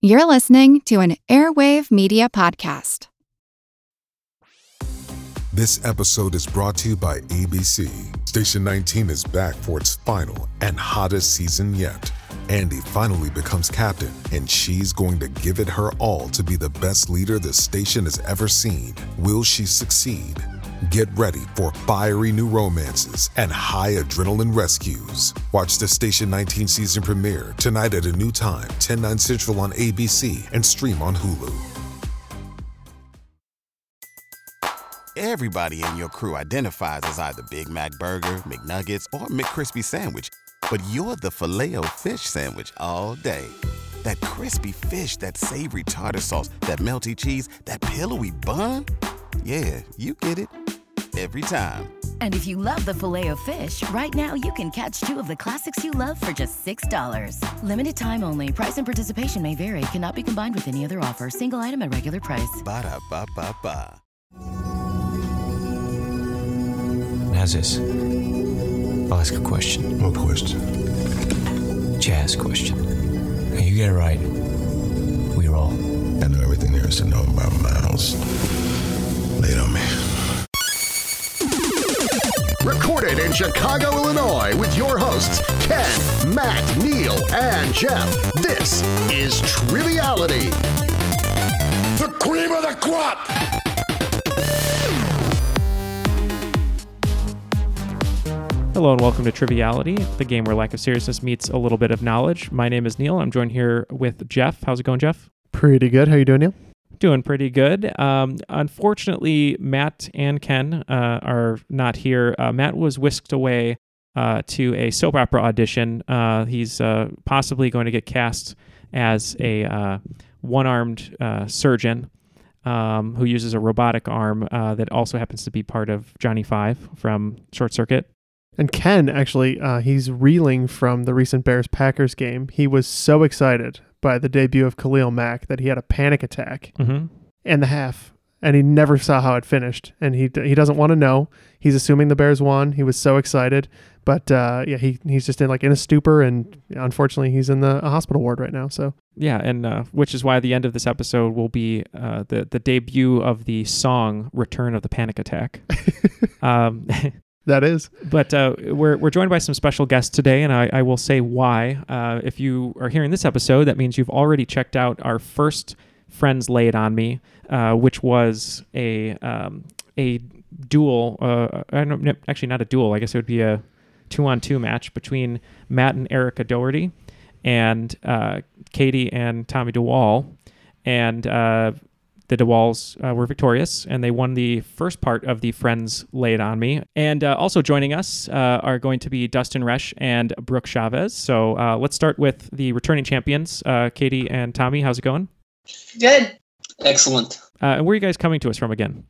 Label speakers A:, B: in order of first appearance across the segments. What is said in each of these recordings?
A: You're listening to an Airwave Media Podcast.
B: This episode is brought to you by ABC. Station 19 is back for its final and hottest season yet. Andy finally becomes captain, and she's going to give it her all to be the best leader the station has ever seen. Will she succeed? Get ready for fiery new romances and high adrenaline rescues. Watch the Station 19 season premiere tonight at a new time, 10 9 Central on ABC, and stream on Hulu.
C: Everybody in your crew identifies as either Big Mac Burger, McNuggets, or McCrispy Sandwich. But you're the filet fish Sandwich all day. That crispy fish, that savory tartar sauce, that melty cheese, that pillowy bun. Yeah, you get it. Every time.
D: And if you love the filet of fish, right now you can catch two of the classics you love for just $6. Limited time only. Price and participation may vary. Cannot be combined with any other offer. Single item at regular price.
C: Ba-da-ba-ba-ba.
E: Nazis. I'll ask a question.
F: What question?
E: Jazz question. And you get it right. We roll.
F: I know everything there is to know about Miles. Lay it on me.
G: Recorded in Chicago, Illinois, with your hosts, Ken, Matt, Neil, and Jeff. This is Triviality. The cream of the crop!
H: Hello and welcome to Triviality, the game where lack of seriousness meets a little bit of knowledge. My name is Neil. I'm joined here with Jeff. How's it going, Jeff?
I: Pretty good. How you doing, Neil?
H: Doing pretty good. Um, unfortunately, Matt and Ken uh, are not here. Uh, Matt was whisked away uh, to a soap opera audition. Uh, he's uh, possibly going to get cast as a uh, one-armed uh, surgeon um, who uses a robotic arm uh, that also happens to be part of Johnny Five from Short Circuit.
I: And Ken, actually, uh, he's reeling from the recent Bears Packers game. He was so excited by the debut of Khalil Mack that he had a panic attack
H: Mm-hmm.
I: and the half, and he never saw how it finished. And he he doesn't want to know. He's assuming the Bears won. He was so excited, but uh, yeah, he he's just in like in a stupor, and unfortunately, he's in the a hospital ward right now. So
H: Yeah, and uh, which is why the end of this episode will be uh, the the debut of the song "Return of the Panic Attack." um,
I: that is
H: but uh, we're we're joined by some special guests today, and I, I will say why. Uh, if you are hearing this episode, that means you've already checked out our first "Friends Lay It on Me," uh, which was a um, a duel. Uh, I don't no, actually not a duel. I guess it would be a two on two match between Matt and Erica Doherty, and uh, Katie and Tommy DeWall, and uh, the DeWalls uh, were victorious, and they won the first part of the Friends Lay It On Me. And uh, also joining us uh, are going to be Dustin Resch and Brooke Chavez. So uh, let's start with the returning champions, uh, Katie and Tommy. How's it going?
J: Good. Excellent.
H: Uh, and where are you guys coming to us from again?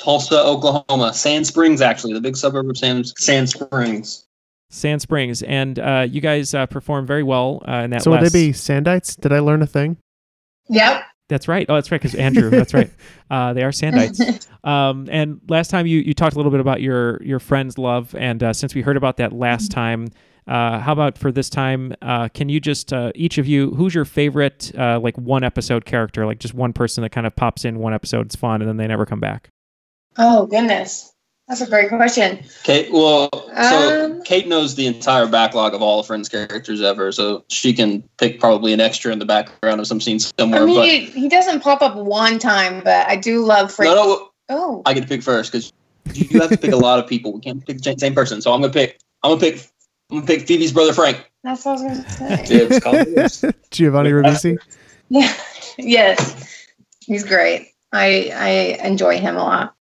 J: Tulsa, Oklahoma. Sand Springs, actually, the big suburb of Sand, Sand Springs.
H: Sand Springs. And uh, you guys uh, performed very well uh, in that
I: so. Will
H: last-
I: they be Sandites? Did I learn a thing?
K: Yep.
H: That's right. Oh, that's right. Because Andrew, that's right. Uh, they are Sandites. Um, and last time you, you talked a little bit about your your friend's love, and uh, since we heard about that last time, uh, how about for this time? Uh, can you just uh, each of you, who's your favorite uh, like one episode character, like just one person that kind of pops in one episode, it's fun, and then they never come back.
K: Oh goodness, that's a great question.
J: Kate, well, so
K: Um.
J: Kate knows the entire backlog of all of Friends characters ever, so she can pick probably an extra in the background of some scene somewhere.
K: I mean, he, he doesn't pop up one time, but I do love
J: but
K: Frank.
J: no, no,
K: Oh,
J: I get to pick first because you have to pick a lot of people. We can't pick the same- same person, so I'm gonna pick. I'm gonna pick. I'm gonna pick Phoebe's brother Frank.
K: that's what I was gonna say.
J: It's called yours.
I: Giovanni
J: Wait, that's-
I: Ribisi.
K: yeah. yes, he's great. I I enjoy him a lot.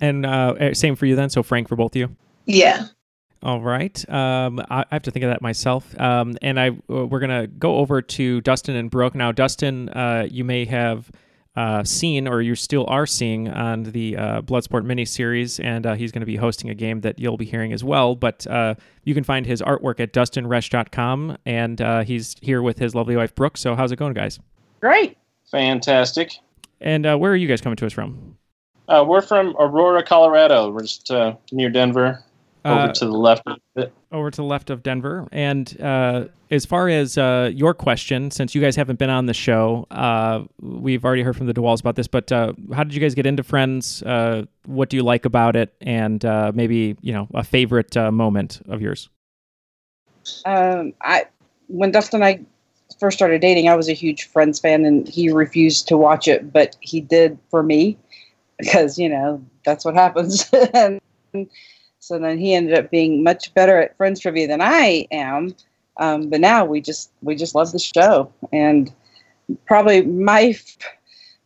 H: And uh, eh, same for you then. So Frank for both of you.
K: Yeah.
H: All right. Um, I, I have to think of that myself. Um, and I uh, we're gonna go over to Dustin and Brooke now. Dustin, uh, you may have uh, seen or you still are seeing on the uh, Bloodsport miniseries, and uh, he's going to be hosting a game that you'll be hearing as well. But uh, you can find his artwork at dustinresch.com, and uh, he's here with his lovely wife Brooke. So how's it going, guys?
L: Great. Fantastic.
H: And uh, where are you guys coming to us from?
L: Uh, we're from Aurora, Colorado. We're just uh, near Denver. Over to the left of it.
H: over to the left of Denver. And uh, as far as uh, your question, since you guys haven't been on the show, uh, we've already heard from the DeWalls about this, but uh, how did you guys get into Friends? Uh, what do you like about it? And uh, maybe, you know, a favorite uh, moment of yours?
M: Um, I when Dustin and I first started dating, I was a huge Friends fan, and he refused to watch it, but he did for me because you know that's what happens. and so then he ended up being much better at Friends trivia than I am. Um, but now we just we just love the show, and probably my f-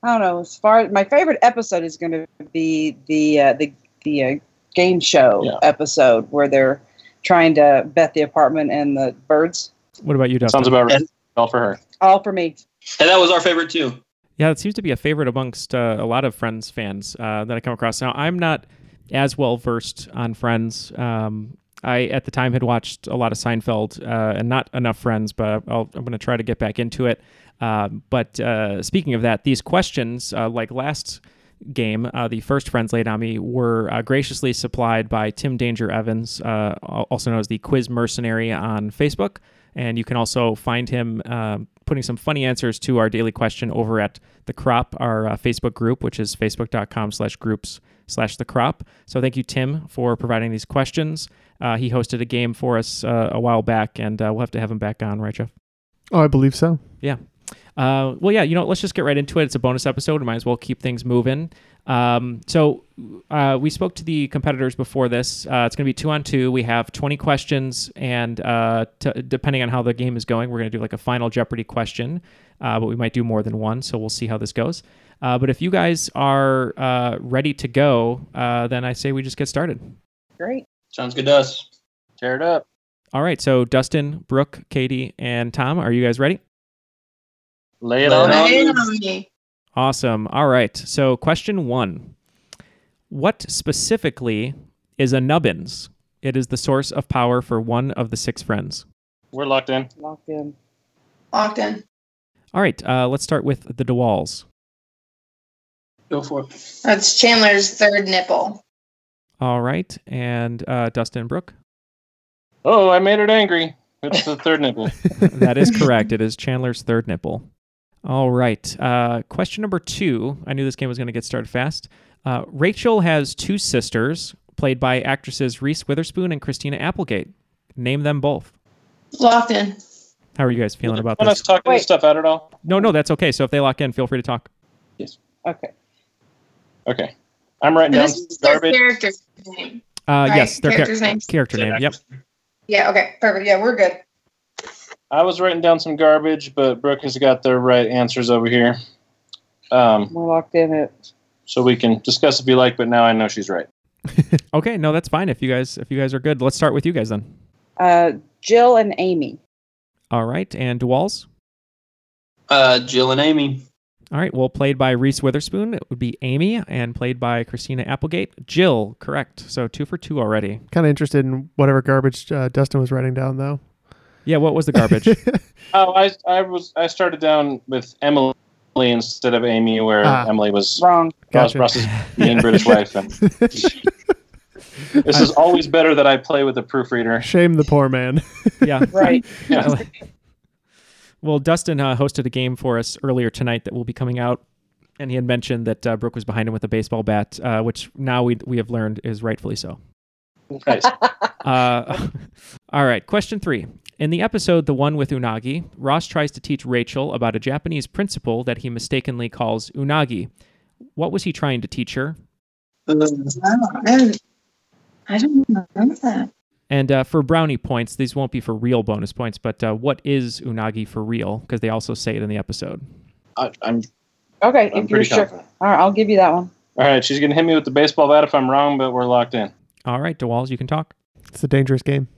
M: I don't know as far my favorite episode is going to be the uh, the the uh, game show episode where they're trying to bet the apartment and the birds.
H: What about you, Dustin?
L: Sounds about right. All for her.
M: All for me.
J: And that was our favorite too.
H: Yeah, it seems to be a favorite amongst uh, a lot of Friends fans uh, that I come across. Now, I'm not as well versed on Friends. Um, I at the time had watched a lot of Seinfeld uh, and not enough Friends, but I'll, I'm going to try to get back into it. Uh, but uh, speaking of that, these questions, uh, like last game, uh, the first friends laid on me were uh, graciously supplied by Tim Danger Evans, uh, al- also known as the Quiz Mercenary on Facebook. And you can also find him uh, putting some funny answers to our daily question over at The Crop, our uh, Facebook group, which is facebook.com slash groups slash The Crop. So thank you, Tim, for providing these questions. Uh, he hosted a game for us uh, a while back, and uh, we'll have to have him back on, right, Jeff?
I: Oh, I believe so.
H: Yeah. Uh, well, yeah, you know, let's just get right into it. It's a bonus episode. We might as well keep things moving. Um, so uh, we spoke to the competitors before this. Uh, it's going to be two on two. We have 20 questions, and uh, t- depending on how the game is going, we're going to do like a final Jeopardy question, uh, but we might do more than one. So we'll see how this goes. Uh, but if you guys are uh, ready to go, uh, then I say we just get started.
M: Great.
J: Sounds good to us.
L: Tear it up.
H: All right. So Dustin, Brooke, Katie, and Tom, are you guys ready?
L: Lay it on.
H: Awesome. All right. So, question one What specifically is a nubbins? It is the source of power for one of the six friends.
L: We're locked in.
M: Locked in.
K: Locked in.
H: All right. Uh, let's start with the DeWalls.
J: Go for it.
K: That's Chandler's third nipple.
H: All right. And uh, Dustin Brook.
L: Oh, I made it angry. It's the third nipple.
H: That is correct. it is Chandler's third nipple. All right. Uh, question number two. I knew this game was going to get started fast. Uh, Rachel has two sisters, played by actresses Reese Witherspoon and Christina Applegate. Name them both.
K: Locked in.
H: How are you guys feeling about
L: Want
H: this?
L: us talking
M: Wait.
L: this stuff out at all?
H: No, no, that's okay. So if they lock in, feel free to talk.
M: Okay.
L: Okay. I'm
K: And
L: writing down
K: this is their
L: garbage.
K: character's name.
H: Uh,
K: Right,
H: yes, their char-
K: character's names.
H: character name. Yep.
K: Yeah, okay, perfect. Yeah, we're good.
L: I was writing down some garbage, but Brooke has got the right answers over here. Um,
M: We're locked in at
L: so we can discuss if you like, but now I know she's right.
H: Okay, no, that's fine. If you guys, if you guys are good, let's start with you guys then.
M: uh, Jill and Amy.
H: All right, and Dewalls.
J: Uh, Jill and Amy.
H: All right, well, played by Reese Witherspoon, it would be Amy, and played by Christina Applegate, Jill. Correct. So two for two already.
I: Kind of interested in whatever garbage uh, Dustin was writing down, though.
H: Yeah. What was the garbage?
L: Oh, I, I was I started down with Emily instead of Amy, where
I: Ah.
L: Emily was
M: Wrong.
L: Ross
I: Gotcha.
L: Ross's mean British wife. And this is always better that I play with a proofreader.
I: Shame the poor man.
H: yeah.
M: Right.
L: Yeah.
H: Well, Dustin uh, hosted a game for us earlier tonight that will be coming out, and he had mentioned that uh, Brooke was behind him with a baseball bat, uh, which now we we have learned is rightfully so.
L: Nice.
H: Uh, all right, question three. In the episode, the one with Unagi, Ross tries to teach Rachel about a Japanese principle that he mistakenly calls Unagi. What was he trying to teach her?
K: Oh, I don't know that.
H: And uh, for brownie points, these won't be for real bonus points, but uh, what is Unagi for real? Because they also say it in the episode.
L: I, I'm
M: Okay.
L: I'm
M: if you're
L: pretty
M: sure.
L: confident.
M: All right. I'll give you that one.
L: All right, she's gonna hit me with the baseball bat if I'm wrong, but we're locked in.
H: All right, DeWalls, you can talk.
I: It's a dangerous game.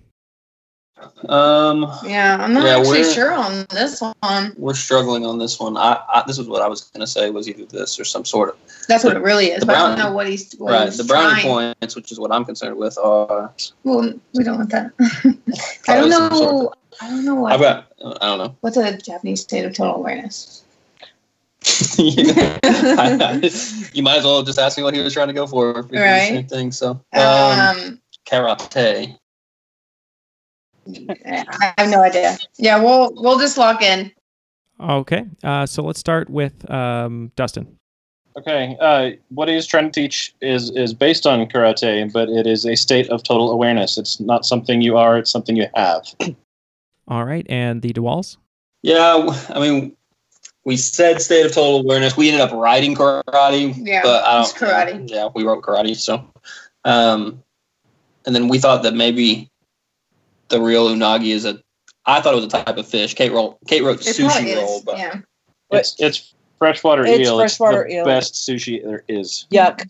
J: Um,
K: Yeah, I'm not
J: Yeah,
K: actually
J: we're-
K: sure on this one.
J: we're struggling on this one. I, I this is what I was gonna say was either this or some sort of
K: That's what it really is.
J: The
K: but I don't
J: brownie.
K: know what he's. What
J: right.
K: he's
J: The brownie
K: trying.
J: points, which is what I'm concerned with, are
K: Well, we don't want that. I don't
J: Probably some sort
K: know. I don't know
J: I've
K: what.
J: got I don't know.
K: What's a Japanese state of total awareness?
J: you might as well just ask me what he was trying to go for. if it's the
K: Right.
J: Same thing. So um,
K: Um,
J: karate.
K: I have no idea. Yeah, we'll we'll just lock in.
H: Okay. Uh, so let's start with um, Dustin.
L: Okay, uh, what he is trying to teach is is based on karate, but it is a state of total awareness. It's not something you are; it's something you have.
H: All right. And the DeWalls?
J: Yeah, w- I mean, we said state of total awareness. We ended up writing karate.
K: Yeah,
J: but I
K: it's
J: don't,
K: karate.
J: Yeah, we wrote karate. So, um, and then we thought that maybe the real unagi is a. I thought it was a type of fish. Kate roll. Kate wrote
K: It probably
J: sushi
K: is,
J: roll, but
K: yeah.
L: It's it's freshwater
M: It's
L: eel.
M: freshwater
L: it's the
M: eel.
L: best sushi there is.
M: Yuck.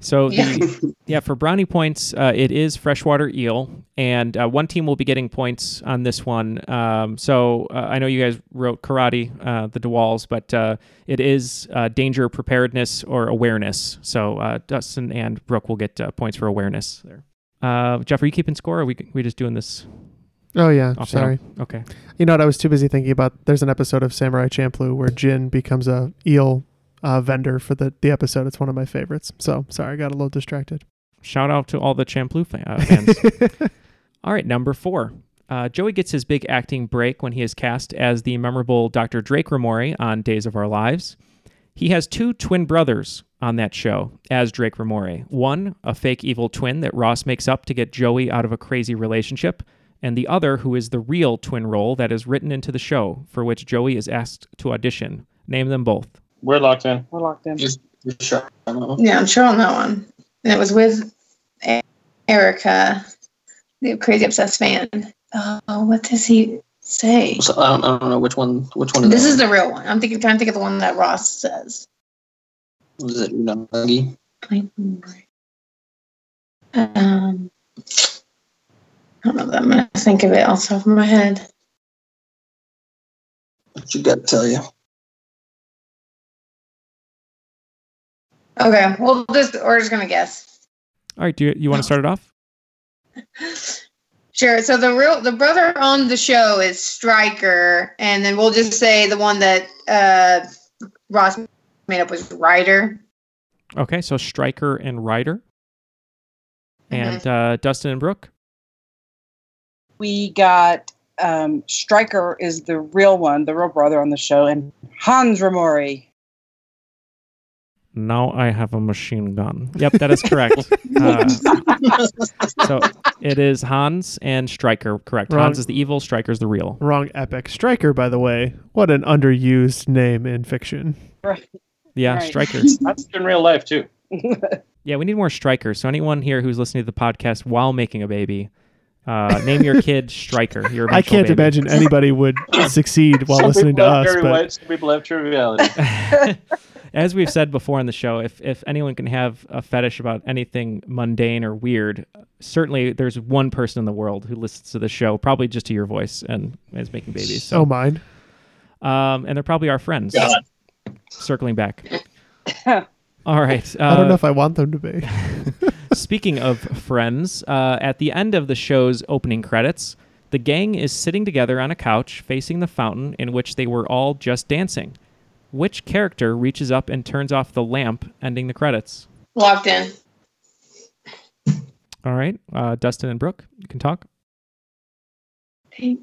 H: So
M: Yeah.
H: the, yeah, for brownie points, uh, it is freshwater eel, and uh, one team will be getting points on this one. Um, so uh, I know you guys wrote karate, uh, the DeWalls, but uh, it is uh, danger preparedness or awareness. So uh, Dustin and Brooke will get uh, points for awareness there. Uh, Jeff, are you keeping score? Or are we we just doing this?
I: Oh yeah,
H: Off the
I: sorry.
H: dome. Okay.
I: You know what? I was too busy thinking about. There's an episode of Samurai Champloo where Jin becomes a eel uh, vendor for the the episode. It's one of my favorites. So sorry, I got a little distracted.
H: Shout out to all the Champloo fa- uh, fans. all right, number four. Uh, Joey gets his big acting break when he is cast as the memorable Dr. Drake Ramori on Days of Our Lives. He has two twin brothers on that show as Drake Ramori. One, a fake evil twin that Ross makes up to get Joey out of a crazy relationship, and the other, who is the real twin role that is written into the show, for which Joey is asked to audition. Name them both.
L: We're locked in.
M: We're locked in.
J: Sure.
K: Yeah, I'm sure on that one. And it was with E- Erica, the crazy obsessed fan. Oh, what does he say?
J: So I, don't, I don't know which one. Which one?
K: This
J: that
K: is the real one. I'm thinking trying to think of the one that Ross says.
J: one? Is it unagi?
K: Um, I don't know that I'm gonna think of it off the top of my head.
J: What you got to tell you?
K: Okay, we'll just we're just gonna guess.
H: All right, do you, you want to start it off?
K: Sure. So the real the brother on the show is Striker, and then we'll just say the one that uh, Ross made up was Ryder.
H: Okay, so Stryker and Ryder.
M: Mm-hmm.
H: And uh, Dustin and Brooke.
M: We got um, Stryker is the real one, the real brother on the show, and Hans Ramori.
H: Now I have a machine gun. Yep, that is correct. Uh, so it is Hans and Stryker. Correct.
I: Wrong.
H: Hans is the evil. Stryker's the real.
I: Wrong epic striker, by the way. What an underused name in fiction.
M: Right.
H: Yeah,
M: Right.
H: Stryker.
L: That's in real life too.
H: Yeah, we need more Strikers. So anyone here who's listening to the podcast while making a baby, uh, name your kid Stryker. Your
I: I can't imagine anybody would succeed while listening to
L: people have
I: us.
L: Barry
I: But
L: White, some people have triviality.
H: As we've said before on the show, if if anyone can have a fetish about anything mundane or weird, certainly there's one person in the world who listens to the show, probably just to your voice and is making babies. So
I: oh, mine.
H: um, and they're probably our friends.
J: God.
H: Circling back. All right. Uh,
I: I don't know if I want them to be.
H: speaking of friends, uh, at the end of the show's opening credits, the gang is sitting together on a couch facing the fountain in which they were all just dancing. Which character reaches up and turns off the lamp, ending the credits?
K: Locked in.
H: All right, uh, Dustin and Brooke, you can talk.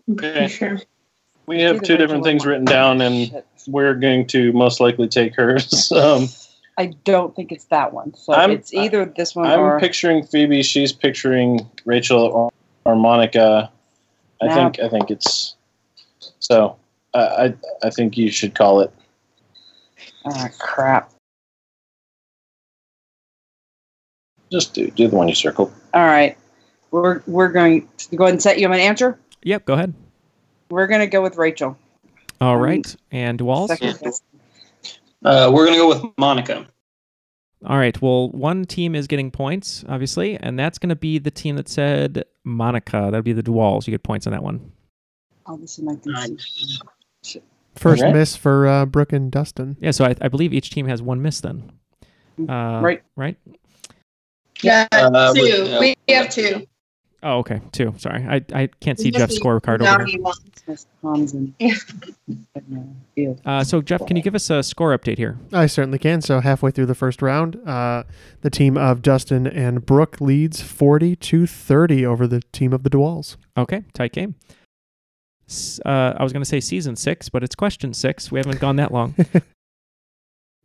L: Okay.
K: Sure.
L: We have two different things written down, and we're going to most likely take hers. Um,
M: I don't think it's that one. So
L: I'm-
M: it's e- either this one
L: I'm
M: or
L: picturing Phoebe. She's picturing Rachel or, or Monica. I
M: Nah.
L: think. I think it's. So I, I I think you should call it.
M: Ah, crap.
L: Just do do the one you circle.
M: All right. We're we're going to go ahead and set you up an answer.
H: Yep, go ahead.
M: We're gonna go with Rachel.
H: All right, and Walls.
M: Second guess.
J: Uh, we're gonna go with Monica.
H: All right. Well, one team is getting points, obviously, and that's going to be the team that said Monica. That'd be the Dwalls. You get points on that one.
M: Oh, this is my thing.
I: First
H: Alright.
I: miss for uh, Brooke and Dustin.
H: Yeah. So I, I believe each team has one miss then. Uh,
M: Right.
H: Right.
K: Yeah, two.
J: Uh,
L: uh,
J: we- yeah.
K: We have two.
H: Oh, okay. Two. Sorry, I, I can't see
M: You just
H: Jeff's
M: need
H: scorecard over.
M: Nagi
H: here.
M: Miss Thompson.
H: Uh, so Jeff, can you give us a score update here?
I: I certainly can. So halfway through the first round, uh, the team of Dustin and Brooke leads 40 to 30 over the team of the DeWalls.
H: Okay, tight game. S- Uh, I was going to say season six, but it's question six. We haven't gone that long.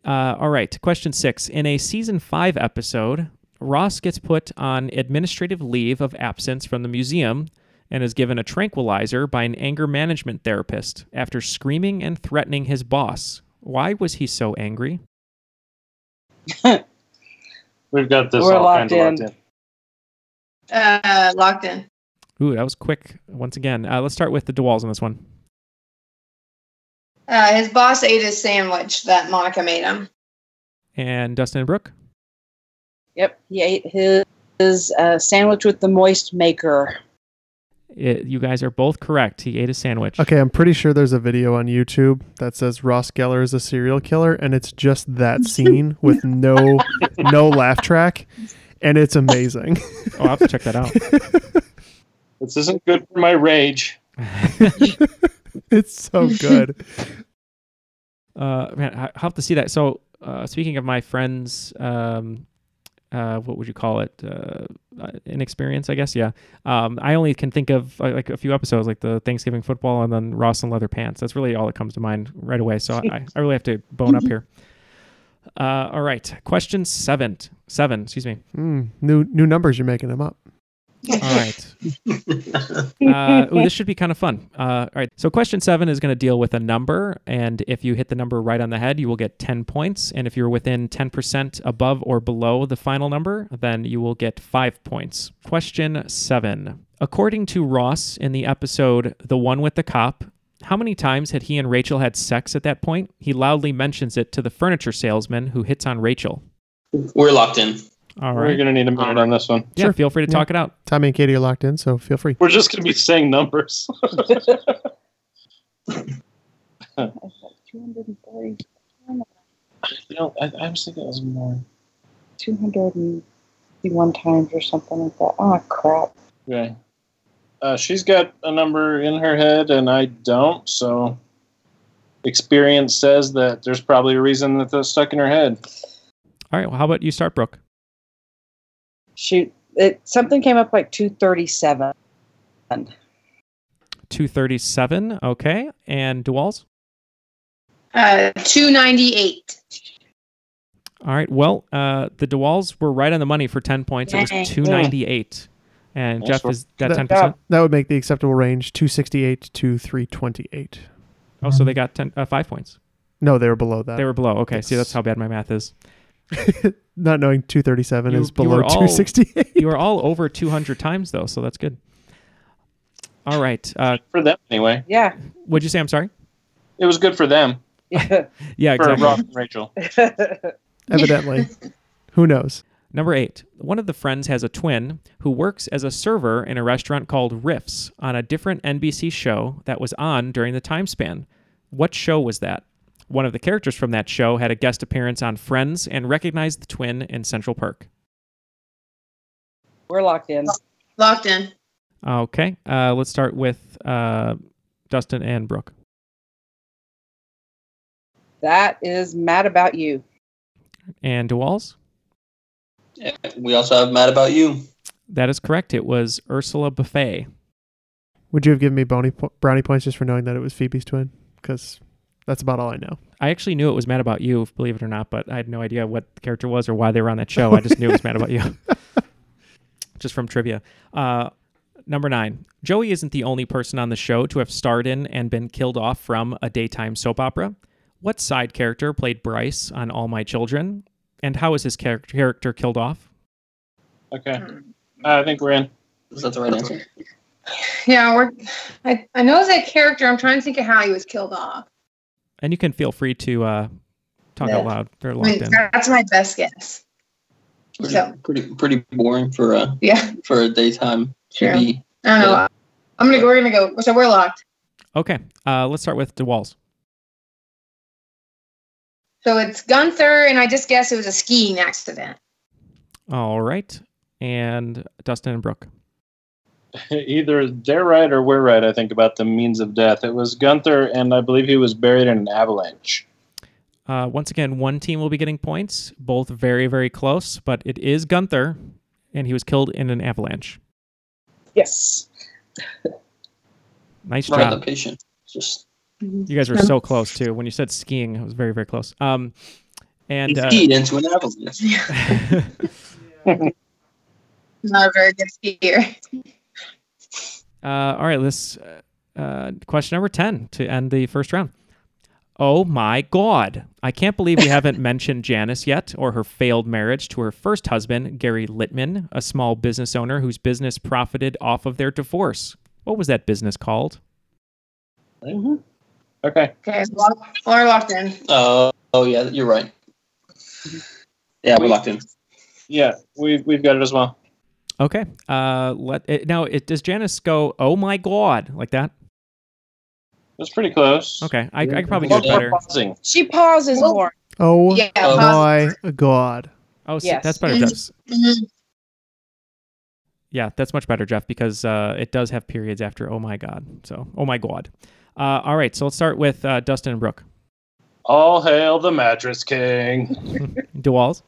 H: uh, all right, question six. In a season five episode, Ross gets put on administrative leave of absence from the museum and is given a tranquilizer by an anger management therapist after screaming and threatening his boss. Why was he so angry?
L: We've got this
K: We're
L: all
K: locked
L: kind of locked
K: in.
L: in.
K: Uh, locked in.
H: Ooh, that was quick. Once again, uh, let's start with the DeWalls on this one.
K: Uh, his boss ate his sandwich that Monica made him.
H: And Dustin and Brooke?
M: Yep, he ate his, his uh, sandwich with the moist maker.
H: It, you guys are both correct. He ate a sandwich.
I: Okay, I'm pretty sure there's a video on YouTube that says Ross Geller is a serial killer, and it's just that scene with no no laugh track, and it's amazing.
H: Oh, I'll have to check that out.
L: This isn't good for my rage.
I: it's so good.
H: Uh, man, I I'll have to see that. So, uh, speaking of my friends, um, uh, what would you call it? Uh, uh, inexperience, I guess. Yeah. Um, I only can think of uh, like a few episodes, like the Thanksgiving football, and then Ross and leather pants. That's really all that comes to mind right away. So I, I really have to bone up here. Uh, all right, question seven. Seven, excuse me.
I: Mm, new new numbers, you're making them up.
H: All right. Uh, ooh, this should be kind of fun. Uh, all right. So, question seven is going to deal with a number. And if you hit the number right on the head, you will get 10 points. And if you're within 10% above or below the final number, then you will get five points. Question seven. According to Ross in the episode The One with the Cop, how many times had he and Rachel had sex at that point? He loudly mentions it to the furniture salesman who hits on Rachel.
L: We're locked in.
H: All
L: We're
H: right.
L: gonna need a minute on this one.
H: Yeah, feel free to talk it out.
I: Tommy and Katie are locked in, so feel free.
L: We're just gonna be saying numbers.
M: Two hundred and forty.
L: You know, I, I was thinking it was more.
M: 251 times or something like that. Oh, crap.
L: Okay. Uh, she's got a number in her head, and I don't. So, experience says that there's probably a reason that that's stuck in her head.
H: All right. Well, how about you start, Brooke?
M: Shoot. It, something came up like 237.
H: 237. Okay. And DeWalls?
K: Uh, 298.
H: All right. Well, uh, the DeWalls were right on the money for 10 points. It
K: Dang.
H: was 298. And
I: Nice
H: Jeff,
I: work.
H: is that
I: That-
H: 10%?
I: That would make the acceptable range 268 to 328.
H: Oh, so they got 10, uh, five points.
I: No, they were below that.
H: They were below. Okay. See, that's how bad my math is.
I: Not knowing 237
H: You-
I: is
H: you
I: below
H: were all-
I: 260.
H: you were all over 200 times, though, so that's good. All right. Uh,
L: for them, anyway.
M: Yeah.
H: Would you say I'm sorry?
L: It was good for them.
M: Yeah.
H: Yeah,
L: for
H: exactly.
L: Ross and Rachel.
I: Evidently. Who knows?
H: Number eight, one of the friends has a twin who works as a server in a restaurant called Riffs on a different NBC show that was on during the time span. What show was that? One of the characters from that show had a guest appearance on Friends and recognized the twin in Central Park.
M: We're locked in.
K: Locked in.
H: Okay, uh, let's start with uh, Dustin and Brooke.
M: That is Mad About You.
H: And DeWalls?
J: We also have Mad About You.
H: That is correct. It was Ursula Buffet.
I: Would you have given me bony po- brownie points just for knowing that it was Phoebe's twin? Because that's about all I know.
H: I actually knew it was Mad About You, believe it or not, but I had no idea what the character was or why they were on that show. I just knew it was Mad About You. just from trivia. Uh, number nine Joey isn't the only person on the show to have starred in and been killed off from a daytime soap opera. What side character played Bryce on All My Children? And how is his char- character killed off?
L: Okay. Uh, I think we're in.
J: Is that the right answer?
K: Yeah, we're. I, I know that character. I'm trying to think of how he was killed off.
H: And you can feel free to uh, talk
K: Yeah.
H: out loud. They're
K: I mean,
H: locked in.
K: that's my best guess. So
J: Pretty pretty boring for a
K: yeah,
J: for a daytime
K: True.
J: TV.
K: I don't know. I'm gonna go. We're gonna go. So we're locked.
H: Okay, uh, let's start with DeWalls.
K: So it's Gunther, and I just guess it was a skiing accident.
H: All right. And Dustin and Brooke.
L: either they're right or we're right. I think about the means of death. It was Gunther, and I believe he was buried in an avalanche.
H: Uh, once again, one team will be getting points, both very, very close, but it is Gunther, and he was killed in an avalanche.
M: Yes.
H: Nice
J: Right on
H: job.
J: the patient. Just
H: You guys were so close, too. When you said skiing, it was very, very close. Um, and
J: He
H: uh,
J: skied into an avalanche.
K: Not a very good skier.
H: Uh, all right, let's. uh, Uh, question number 10 to end the first round. Oh my God. I can't believe we haven't mentioned Janice yet or her failed marriage to her first husband, Gary Littman, a small business owner whose business profited off of their divorce. What was that business called?
L: Mm-hmm. Okay.
K: Okay, lock- Laura locked in.
J: Uh, oh yeah, you're right. Yeah, we locked in.
L: Yeah, we we've got it as well.
H: Okay. Uh, let it, Now, it, does Janice go, oh my God, like that?
L: That's pretty close.
H: Okay. I, I could probably do
L: Well,
H: it better.
L: we're pausing.
M: She pauses more.
I: Oh
M: Yeah,
I: my god.
H: Oh, see,
M: Yes.
H: that's better, Jeff. Yeah, that's much better, Jeff, because uh, it does have periods after oh my God. So, oh my God. Uh, all right. So let's start with uh, Dustin and Brooke.
L: All hail the mattress king.
H: DeWalls.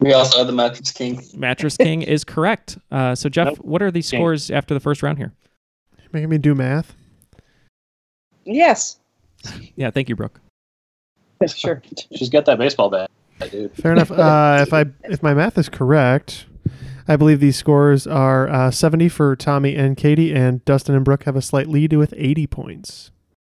J: We also had the mattress king.
H: Mattress King is correct. Uh, so, Jeff, what are the scores after the first round here?
I: You're making me do math.
M: Yes.
H: Yeah, thank you, Brooke.
M: Sure.
L: She's got that baseball bat, dude.
I: Fair enough. Uh, if I if my math is correct, I believe these scores are uh, 70 for Tommy and Katie, and Dustin and Brooke have a slight lead with 80 points.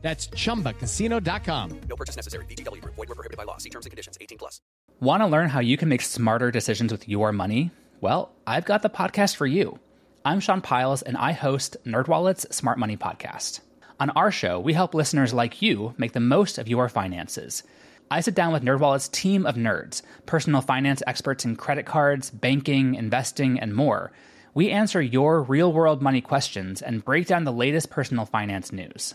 N: That's chumbacasino.com.
O: No purchase necessary. VGW Group. Void were prohibited by law. See terms and conditions. 18 plus.
P: Want to learn how you can make smarter decisions with your money? Well, I've got the podcast for you. I'm Sean Piles and I host NerdWallet's Smart Money Podcast. On our show, we help listeners like you make the most of your finances. I sit down with NerdWallet's team of nerds, personal finance experts in credit cards, banking, investing, and more. We answer your real-world money questions and break down the latest personal finance news.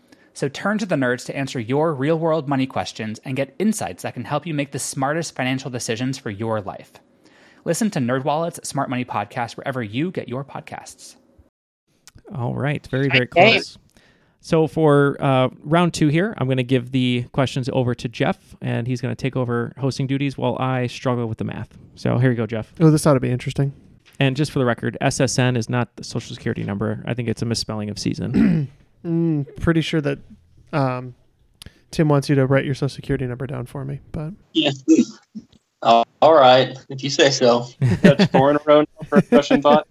P: So turn to the nerds to answer your real world money questions and get insights that can help you make the smartest financial decisions for your life. Listen to NerdWallet's Smart Money Podcast wherever you get your podcasts.
H: All right. Very, very
P: game.
H: close. So, for uh, round two here, I'm going to give the questions over to Jeff, and he's going to take over hosting duties while I struggle with the math. So, here you go, Jeff.
I: Oh, this ought to be interesting.
H: And just for the record, SSN is not the social security number. I think it's a misspelling of season.
I: Mm, pretty sure that um, Tim wants you to write your social security number down for me, but
J: Yeah. Uh, all right, if you say so.
L: That's four in a row now for question thought.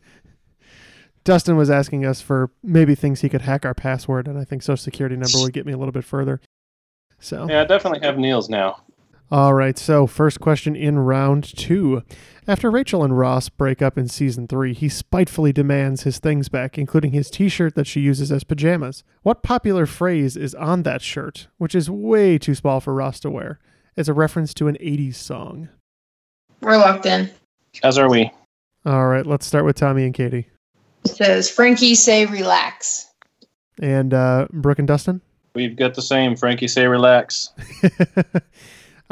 I: Dustin was asking us for maybe things he could hack our password, and I think social security number would get me a little bit further. So
L: Yeah, I definitely have Neil's now.
I: All right, so first question in round two. After Rachel and Ross break up in season three, he spitefully demands his things back, including his t shirt that she uses as pajamas. What popular phrase is on that shirt, which is way too small for Ross to wear, as a reference to an 80s song?
K: We're locked in.
L: As are we.
I: All right, let's start with Tommy and Katie.
K: It says Frankie say relax.
I: And uh, Brooke and Dustin?
L: We've got the same. Frankie say relax.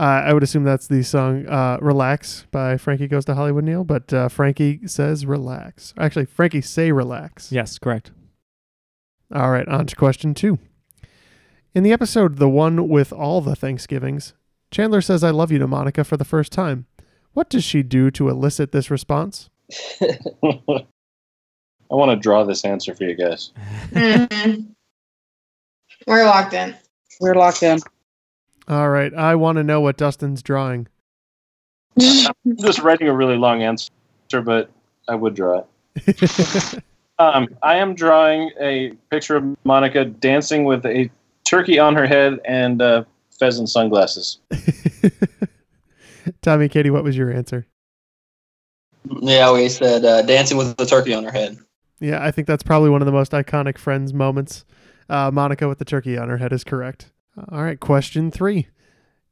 I: Uh, I would assume that's the song uh, Relax by Frankie Goes to Hollywood Neil, but uh, Frankie says relax. Actually, Frankie say relax.
H: yes, correct.
I: All right, on to question two. In the episode The One with All the Thanksgivings, Chandler says, I love you to Monica for the first time. What does she do to elicit this response?
L: I want to draw this answer for you guys.
K: Mhm. We're locked in.
M: We're locked in.
I: All right. I want to know what Dustin's drawing.
L: I'm just writing a really long answer, but I would draw it. um, I am drawing a picture of Monica dancing with a turkey on her head and uh, pheasant sunglasses.
I: Tommy, Katie, what was your answer?
J: Yeah, we said uh, dancing with the turkey on her head.
I: Yeah, I think that's probably one of the most iconic Friends moments. Uh, Monica with the turkey on her head is correct. Uh, All right, question three.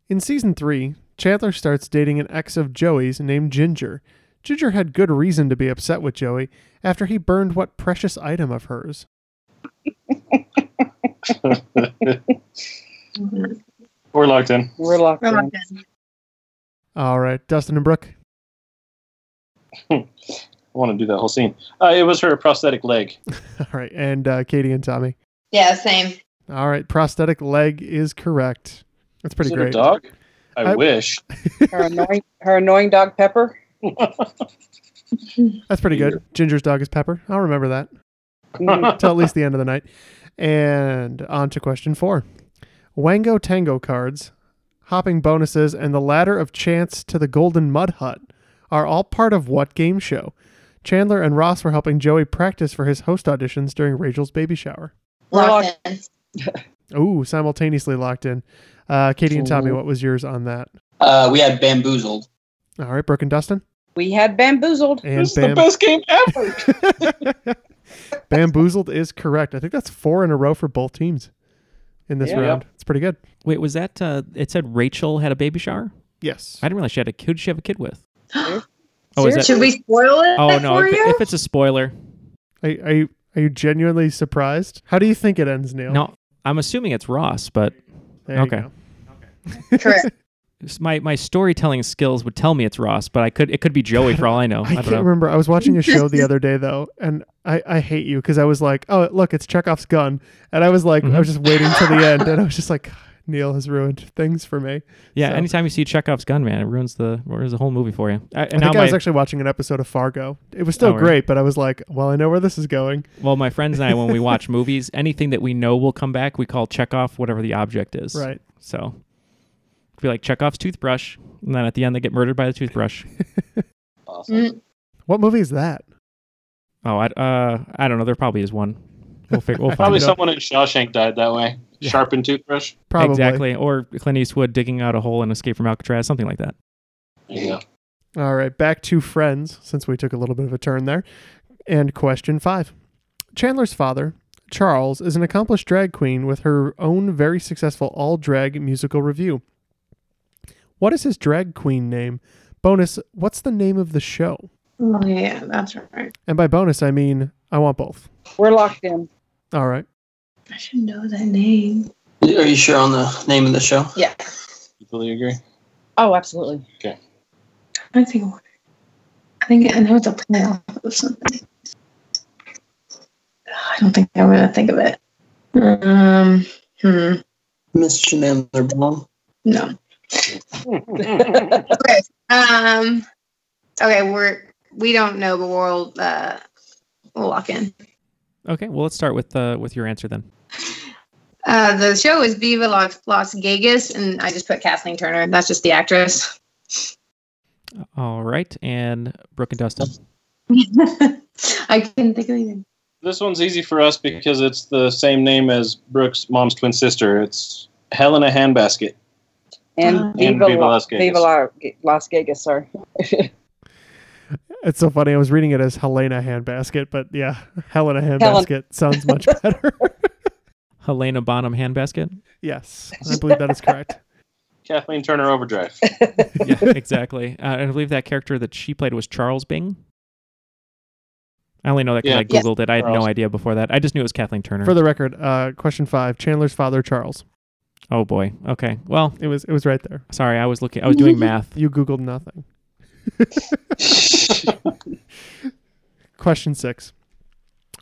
I: In season three, Chandler starts dating an ex of Joey's named Ginger. Ginger had good reason to be upset with Joey after he burned what precious item of hers?
L: We're locked in.
M: We're locked in.
I: All right, Dustin and Brooke.
L: I want to do that whole scene. Uh, it was her prosthetic leg.
I: All right, and uh, Katie and Tommy.
K: Yeah, same.
I: All right, prosthetic leg is correct. That's pretty
L: Is it a
I: great.
L: dog? I,
I: I-
L: wish.
M: Her annoying, her annoying dog Pepper.
I: That's pretty good. Ginger's dog is Pepper. I'll remember that till at least the end of the night. And on to question four Wango Tango cards, hopping bonuses, and the ladder of chance to the Golden Mud Hut are all part of what game show? Chandler and Ross were helping Joey practice for his host auditions during Rachel's baby shower.
K: Locked in.
I: Ooh, simultaneously locked in. Uh, Katie and Tommy, what was yours on that?
J: Uh, we had bamboozled.
I: All right, Brooke and Dustin.
M: We had bamboozled.
I: And This is the bam- best
L: game ever.
I: Bamboozled is correct. I think that's four in a row for both teams in this
H: Yeah.
I: round. It's pretty good.
H: Wait, was that? Uh, it said Rachel had a baby shower.
I: Yes.
H: I didn't realize she had a kid. Who did she have a kid with?
K: Should we spoil it
H: Oh no!
K: for
H: If,
K: you?
H: if it's a spoiler,
I: Are, are you are you genuinely surprised? How do you think it ends, Neil?
H: no. I'm assuming it's Ross, but
I: There you
H: okay.
I: go.
K: Correct.
H: S- My my storytelling skills would tell me it's Ross, but I could it could be Joey for all I know. I,
I: I,
H: don't
I: can't
H: know.
I: remember. I was watching a show the other day though, and I, I hate you because I was like, oh look, it's Chekhov's gun, and I was like, I was just waiting till the
H: Mm-hmm.
I: end, and I was just like, Neil has ruined things for me.
H: Yeah,
I: So-
H: anytime you see Chekhov's gun, man, it ruins the ruins the whole movie for you. I, and
I: I
H: now
I: think I
H: my,
I: was actually watching an episode of Fargo. It was still
H: Oh, right.
I: great, but I was like, well, I know where this is going.
H: well, my friends and I, when we watch movies, anything that we know will come back, we call Chekhov whatever the object is.
I: Right.
H: So it'd be like Chekhov's toothbrush, and then at the end they get murdered by the toothbrush.
K: Mm,
I: What movie is that?
H: oh, I uh I don't know. There probably is one. We'll figure. We'll find
L: Probably
H: it out.
L: someone in Shawshank died that way. Sharpened toothbrush.
I: Probably.
H: Exactly. Or Clint Eastwood digging out a hole in Escape from Alcatraz, something like that.
L: Yeah.
I: All right, back to friends, since we took a little bit of a turn there. And question five Chandler's father, Charles, is an accomplished drag queen with her own very successful all drag musical review. What is his drag queen name? Bonus, what's the name of the show?
K: oh, yeah, that's right.
I: And by bonus, I mean, I want both.
M: We're locked in.
I: All right.
K: I should know that name.
J: Are you sure on the name of the show?
K: Yeah.
L: Completely agree.
M: Oh, absolutely.
L: Okay.
K: I think I think I know it's a play off of something. I don't think I'm gonna think of it. Um, hmm,
J: Miss Chandler Baum.
K: no. okay. Um. Okay. We're we don't know, but we'll uh we'll lock in.
H: Okay, well let's start with uh, with your answer then.
K: Uh, the show is Viva Las, Las Vegas, and I just put Kathleen Turner. That's just the actress.
H: All right, and Brooke and Dustin.
K: I couldn't think of anything.
L: This one's easy for us because it's the same name as Brooke's mom's twin sister. It's Helena Handbasket.
M: And
L: And
M: Viva,
L: Viva
M: La-
L: Las Vegas.
M: Viva La- Las Vegas, sorry.
I: It's so funny. I was reading it as Helena Handbasket, but yeah, Helena Handbasket sounds much better.
H: Helena Bonham handbasket.
I: yes, I believe that is correct.
L: Kathleen Turner Overdrive.
H: yeah, exactly. Uh, and I believe that character that she played was Charles Bing. I only know that because
L: Yeah.
H: I
L: Yes.
H: googled it. I had no
L: Charles.
H: idea before that. I just knew it was Kathleen Turner.
I: For the record, uh, question five Chandler's father, Charles.
H: oh boy. Okay. Well,
I: It was it was right there.
H: sorry. I was looking. I was doing math.
I: You googled nothing. Question six: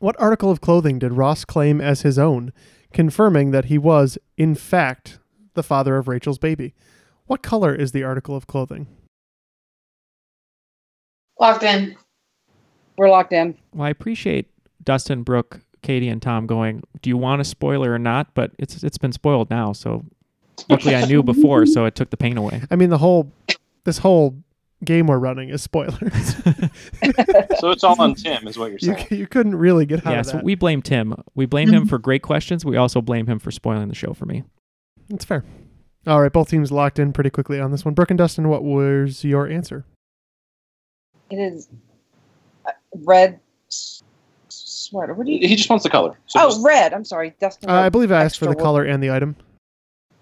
I: What article of clothing did Ross claim as his own, confirming that he was in fact the father of Rachel's baby? What color is the article of clothing?
K: Locked in.
M: We're locked in.
H: Well, I appreciate Dustin, Brooke, Katie, and Tom going. Do you want a spoiler or not? But it's it's been spoiled now, so Luckily, I knew before, so it took the pain away.
I: I mean, the whole this whole game we're running is spoilers.
L: so it's all on Tim, is what you're
I: you,
L: saying.
I: you couldn't really get out
H: Yeah,
I: of
H: so
I: that.
H: we blame Tim. We blame him for great questions. We also blame him for spoiling the show for me.
I: It's fair. All right, both teams locked in pretty quickly on this one. Brooke and Dustin, what was your answer?
M: It is uh, red s- sweater. What do you?
L: He just wants the color. So
M: oh,
L: just-
M: red. I'm sorry, Dustin.
I: Uh, I believe I asked for the
M: extra
I: color and the item.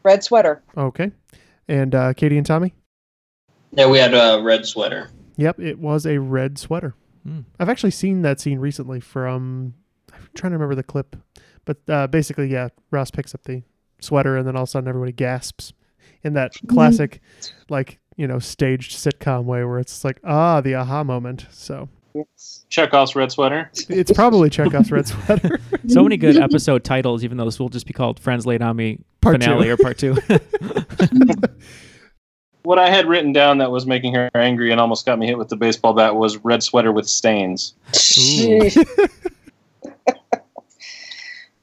M: Red sweater.
I: Okay. And uh, Katie and Tommy?
J: Yeah, we had a red sweater.
I: Yep, it was a red sweater. I've actually seen that scene recently from. I'm trying to remember the clip, but uh, basically, yeah, Ross picks up the sweater, and then all of a sudden, everybody gasps in that
L: Mm-hmm.
I: classic, like you know, staged sitcom way where it's like ah, the aha moment. So
L: Chekhov's red sweater.
I: it's probably Chekhov's red sweater.
H: So many good episode titles, even though this will just be called Friends Laid on Me
I: Hmm. Part
H: finale
I: two.
H: or part two.
L: What I had written down that was making her angry and almost got me hit with the baseball bat was red sweater with stains.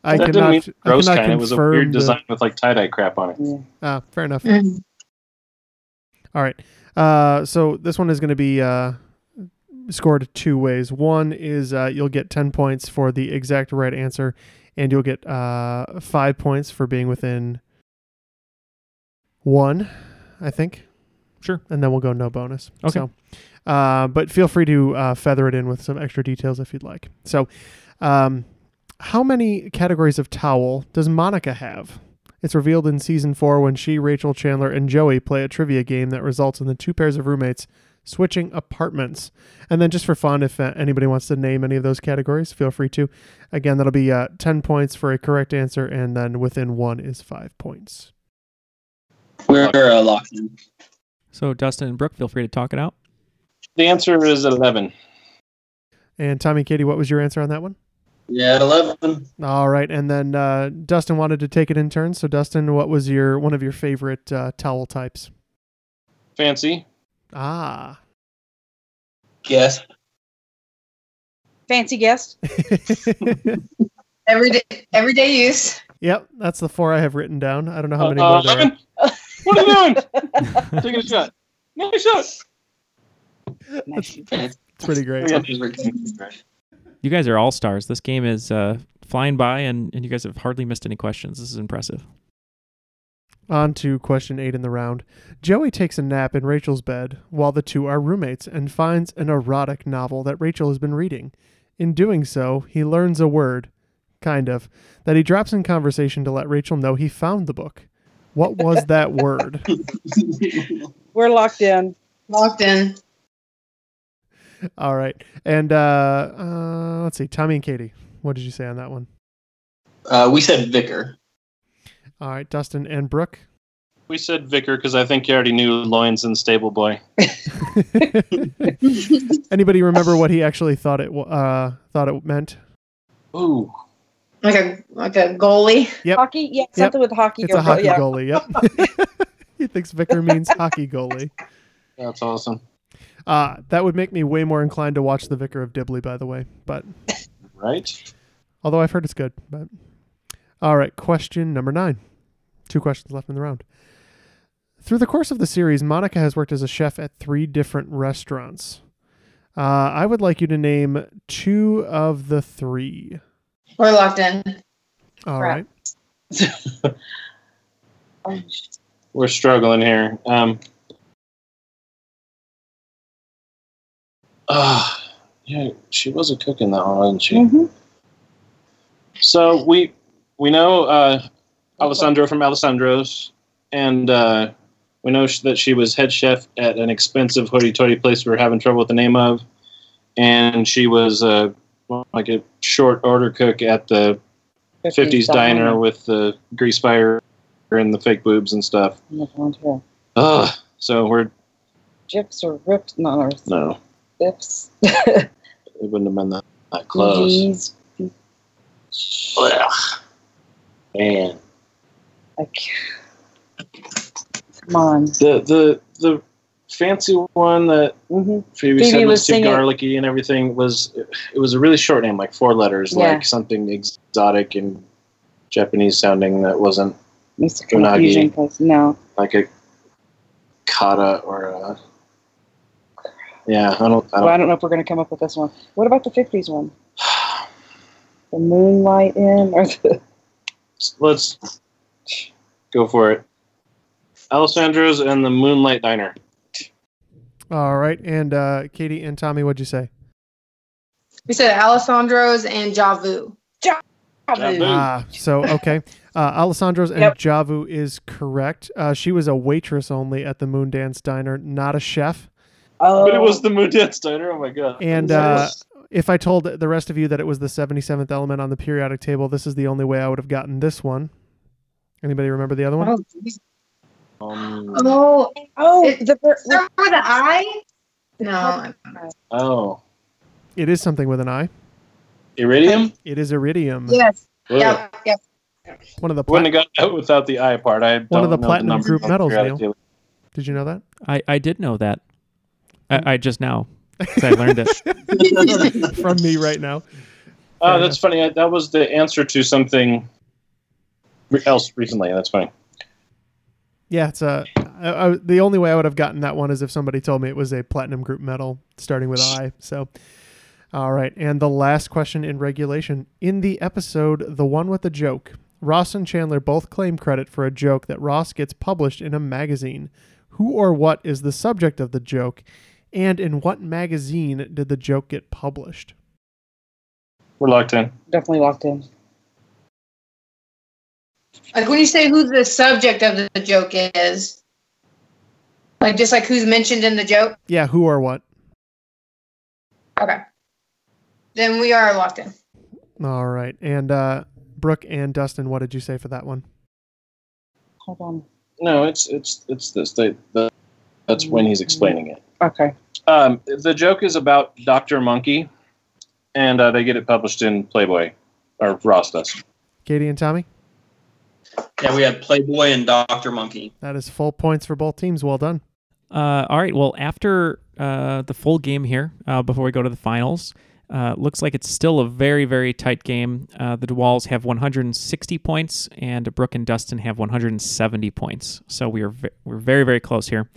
I: I
L: that
I: cannot-
L: didn't mean
I: I
L: gross
I: cannot
L: kind. It was a
I: confirm
L: weird
I: the-
L: design Mm-hmm. with like tie dye crap on it.
I: Ah, fair enough. All right. Uh, so this one is going to be uh, scored two ways. One is uh, you'll get 10 points for the exact right answer, and you'll get uh, five points for being within one, I think.
H: Sure.
I: And then we'll go no bonus.
H: Okay.
I: So, uh, but feel free to uh, feather it in with some extra details if you'd like. So, um, how many categories of towel does Monica have? It's revealed in season four when she, Rachel, Chandler, and Joey play a trivia game that results in the two pairs of roommates switching apartments. And then, just for fun, if uh, anybody wants to name any of those categories, feel free to. Again, that'll be uh, 10 points for a correct answer, and then within one is five points.
J: We're uh, locked in.
H: so Dustin and Brooke, feel free to talk it out.
L: The answer is eleven.
I: And Tommy, Katie, what was your answer on that one?
J: Yeah, eleven.
I: All right, and then uh, Dustin wanted to take it in turns. So, Dustin, what was your one of your favorite uh, towel types?
L: Fancy.
I: Ah,
J: Yes.
M: Fancy guest.
K: Everyday everyday use.
I: yep, that's the four I have written down. I don't know how many
L: Uh,
I: more there are.
L: What are you doing? Taking a shot. Nice shot.
I: It's pretty great.
H: You guys are all stars. This game is uh, flying by, and, and you guys have hardly missed any questions. This is impressive.
I: On to question eight in the round. Joey takes a nap in Rachel's bed while the two are roommates and finds an erotic novel that Rachel has been reading. In doing so, he learns a word, kind of, that he drops in conversation to let Rachel know he found the book. What was that word?
M: We're locked in.
K: Locked in.
I: All right. And uh, uh, let's see, Tommy and Katie, what did you say on that one?
J: Uh, we said vicar.
I: All right, Dustin and Brooke.
L: We said vicar because I think you already knew loins and stable boy.
I: Anybody remember what he actually thought it wa- uh, thought it meant?
L: Ooh.
K: Like a like a goalie.
I: Yep.
M: Hockey. Yeah, something with hockey.
I: It's a
M: or-
I: hockey
M: yeah.
I: goalie. Yep. he thinks Vicker means hockey goalie.
L: That's awesome.
I: Uh, that would make me way more inclined to watch The Vicar of Dibley, by the way. But
L: Right?
I: although I've heard it's good. But all right, question number nine. Two questions left in the round. Through the course of the series, Monica has worked as a chef at three different restaurants. Uh, I would like you to name two of the three.
K: We're locked in.
I: All
K: Crap.
I: right.
L: We're struggling here. Um, uh, yeah, she was a cook in that one, wasn't she? So we we know uh, Alessandro from Alessandro's, and uh, we know sh- that she was head chef at an expensive hoity-toity place we were having trouble with the name of, and she was uh, like a short order cook at the
M: 50s
L: 50s diner,
M: diner.
L: with the grease fire and the fake boobs and stuff.
M: Look on here.
L: Ugh. So we're
M: Jips or ripped. No, or
L: no,
M: zips.
L: it wouldn't have been that, that close.
M: Jeez.
L: Ugh. Man,
M: I can't. Come on.
L: the the the fancy one that Phoebe,
M: Mm-hmm. Phoebe
L: said
M: was
L: was too
M: singing-
L: garlicky and everything was it was a really short name, like four letters,
M: Yeah.
L: like something exotic and Japanese sounding that wasn't
M: It's a confusing place. No.
L: like a kata or a. Yeah, I don't. I
M: Well, I
L: don't.
M: don't know if we're going to come up with this one. What about the 50s one? The Moonlight Inn or the.
L: Let's go for it. Alessandro's and the Moonlight Diner.
I: All right. And uh, Katie and Tommy, what'd you say?
K: We said Alessandro's and Javu.
M: Javu.
I: Ah, so okay. Uh, Alessandro's and
K: Yep.
I: Javu is correct. Uh, she was a waitress only at the Moon Dance Diner, not a chef.
L: But it was the Moon Dance Diner. Oh my god.
I: And uh, if I told the rest of you that it was the 77th element on the periodic table, this is the only way I would have gotten this one. Anybody remember the other one?
L: Um,
K: Oh,
M: oh, the
K: start with an I. No,
L: oh.
I: It is something with an I.
L: Iridium?
I: It is iridium.
K: Yes.
L: Whoa.
K: Yep. Yep.
I: One of the
L: Wouldn't have got that without the eye part. I
I: One of
L: don't
I: the
L: know
I: platinum
L: number
I: group
L: on the
I: medals,
L: periodic
I: Neil.
L: table.
I: Did you know that?
H: I, I did know that. I, I just now, 'cause I learned it.
I: From me right now.
L: Oh, that's funny. I, that was the answer to something re- else recently. That's funny.
I: Yeah, it's a. I, I, the only way I would have gotten that one is if somebody told me it was a platinum group medal starting with I. So, all right. And the last question in regulation in the episode, the one with the joke, Ross and Chandler both claim credit for a joke that Ross gets published in a magazine. Who or what is the subject of the joke, and in what magazine did the joke get published?
L: We're locked in.
M: Definitely locked in.
K: Like when you say who the subject of the joke is, like just like who's mentioned in the joke.
I: Yeah, who or what?
K: Okay. Then we are locked in.
I: All right. And uh, Brooke and Dustin, what did you say for that one?
M: Hold on.
L: No, it's it's it's this. They, the, that's when he's explaining it.
M: Okay.
L: Um, the joke is about Doctor Monkey, and uh, they get it published in Playboy, or Ross does.
I: Katie and Tommy?
J: Yeah, we had Playboy and Doctor Monkey.
I: That is full points for both teams. Well done.
H: Uh, all right. Well, after uh, the full game here, uh, before we go to the finals, uh, looks like it's still a very, very tight game. Uh, the Dwalls have 160 points, and Brooke and Dustin have 170 points. So we are ve- we're very, very close here.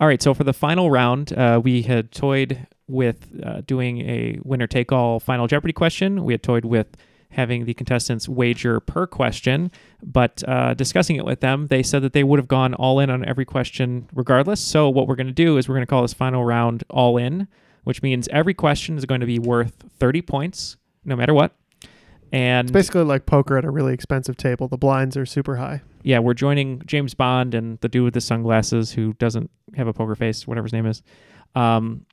H: All right. So for the final round, uh, we had toyed with uh, doing a winner take all final Jeopardy question. We had toyed with having the contestants wager per question, but uh, discussing it with them, they said that they would have gone all in on every question regardless. So what we're going to do is we're going to call this final round all in, which means every question is going to be worth 30 points no matter what. And
I: It's basically like poker at a really expensive table. The blinds are super high.
H: yeah, we're joining James Bond and the dude with the sunglasses who doesn't have a poker face, whatever his name is. Um,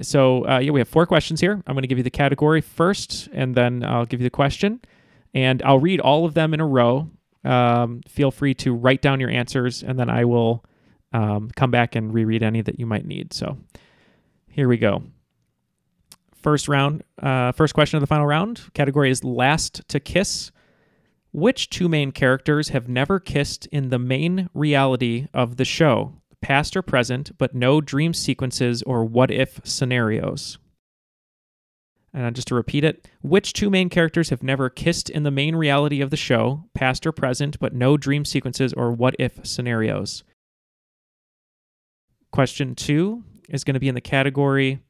H: so uh, yeah, we have four questions here. I'm going to give you the category first, and then I'll give you the question, and I'll read all of them in a row. Um, feel free to write down your answers, and then I will um, come back and reread any that you might need. So here we go. First round, uh, first question of the final round. Category is last to kiss. Which two main characters have never kissed in the main reality of the show, past or present, but no dream sequences or what if scenarios? And uh, just to repeat it, which two main characters have never kissed in the main reality of the show, past or present, but no dream sequences or what if scenarios? Question two is going to be in the category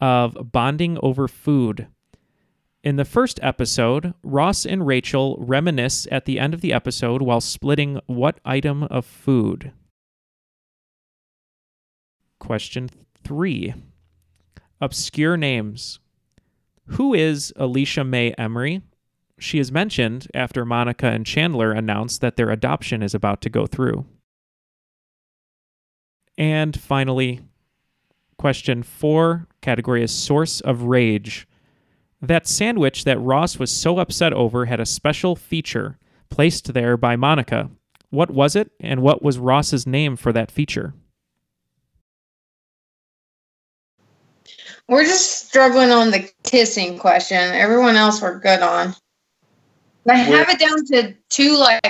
H: of bonding over food. In the first episode, Ross and Rachel reminisce at the end of the episode while splitting what item of food? Question three Obscure names. Who is Alicia May Emery? She is mentioned after Monica and Chandler announce that their adoption is about to go through. And finally, question four category is Source of Rage. That sandwich that Ross was so upset over had a special feature placed there by Monica. What was it, and what was Ross's name for that feature?
K: We're just struggling on the kissing question. Everyone else we're good on. I have it down to two like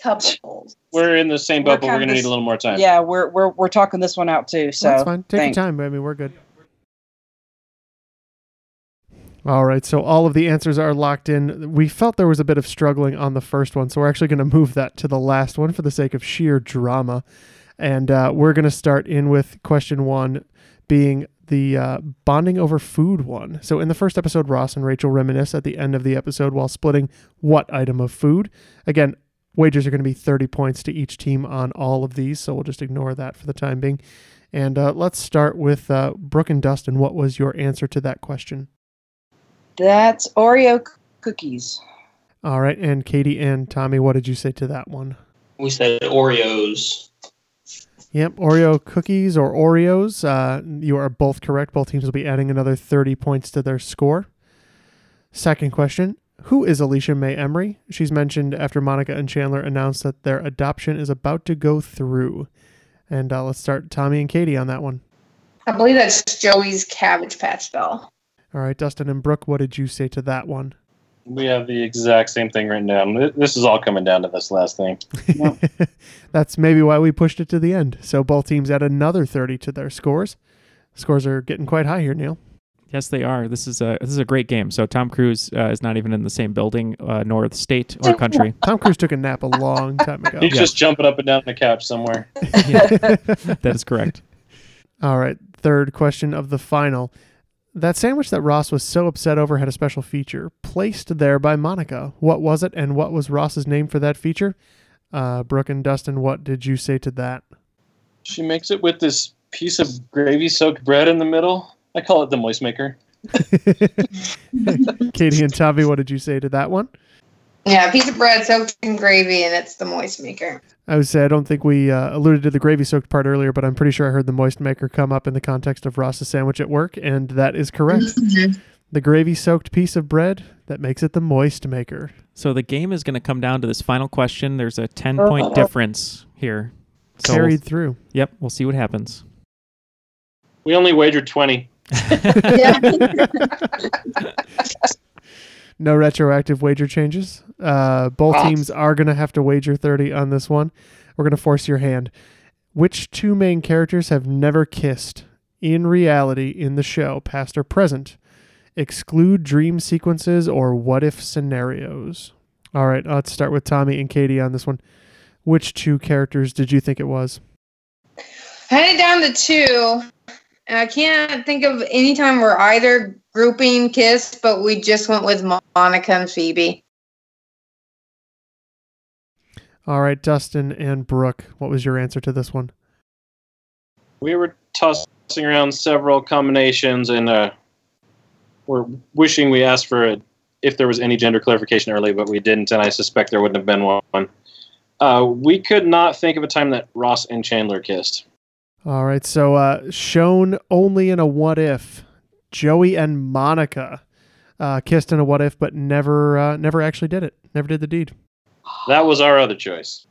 K: couples.
L: We're in the same
M: We're
L: bubble. We're
M: kinda
L: gonna need
M: s-
L: a little more time.
M: Yeah, we're we're we're talking this one out too. So
I: That's fine. Take
M: thanks.
I: your time. I mean, we're good. All right, so all of the answers are locked in. We felt there was a bit of struggling on the first one, so we're actually going to move that to the last one for the sake of sheer drama. And uh, we're going to start in with question one being the uh, bonding over food one. So in the first episode, Ross and Rachel reminisce at the end of the episode while splitting what item of food. Again, wagers are going to be 30 points to each team on all of these, so we'll just ignore that for the time being. And uh, let's start with uh, Brooke and Dustin. What was your answer to that question?
M: That's Oreo c- cookies.
I: All right, and Katie and Tommy, what did you say to that one?
J: We said Oreos.
I: Yep, Oreo cookies or Oreos. Uh, you are both correct. Both teams will be adding another 30 points to their score. Second question Who is Alicia May Emery? She's mentioned after Monica and Chandler announced that their adoption is about to go through. And uh, let's start Tommy and Katie on that one.
K: I believe that's Joey's Cabbage Patch doll.
I: All right, Dustin and Brooke, what did you say to that one?
L: We have the exact same thing written down. Th- This is all coming down to this last thing.
I: That's maybe why we pushed it to the end. So both teams add another 30 to their scores. Scores are getting quite high here, Neil.
H: Yes, they are. This is a this is a great game. So Tom Cruise uh, is not even in the same building, uh, nor the state or country.
I: Tom Cruise took a nap a long time ago.
L: He's just jumping up and down the couch somewhere.
H: that is correct.
I: All right, third question of the final. That sandwich that Ross was so upset over had a special feature placed there by Monica. What was it, and what was Ross's name for that feature? Uh, Brooke and Dustin, what did you say to that?
L: She makes it with this piece of gravy soaked bread in the middle. I call it the moist maker.
I: Katie and Tommy, what did you say to that one?
K: Yeah, a piece of bread soaked in gravy, and it's the moist maker.
I: I would say I don't think we uh, alluded to the gravy soaked part earlier, but I'm pretty sure I heard the moist maker come up in the context of Ross's sandwich at work, and that is correct.
K: Mm-hmm.
I: the gravy soaked piece of bread that makes it the moist maker.
H: So the game is going to come down to this final question. There's a ten point difference here. So
I: Carried through.
H: Yep, we'll see what happens.
L: We only wagered 20.
I: No retroactive wager changes. Uh, both teams are going to have to wager 30 on this one. We're going to force your hand. Which two main characters have never kissed in reality in the show, past or present? Exclude dream sequences or what if scenarios. All right, let's start with Tommy and Katie on this one. Which two characters did you think it was?
K: I had it down to two, and I can't think of any time we're either grouping kiss, but we just went with Mo- Monica and Phoebe.
I: All right, Dustin and Brooke, what was your answer to this one?
L: We were tossing around several combinations and uh, we're wishing we asked for a, if there was any gender clarification early, but we didn't, and I suspect there wouldn't have been one. Uh, we could not think of a time that Ross and Chandler kissed.
I: All right, so uh, shown only in a what if, Joey and Monica uh, kissed in a what if, but never uh, never actually did it. Never did the deed.
L: That was our other choice.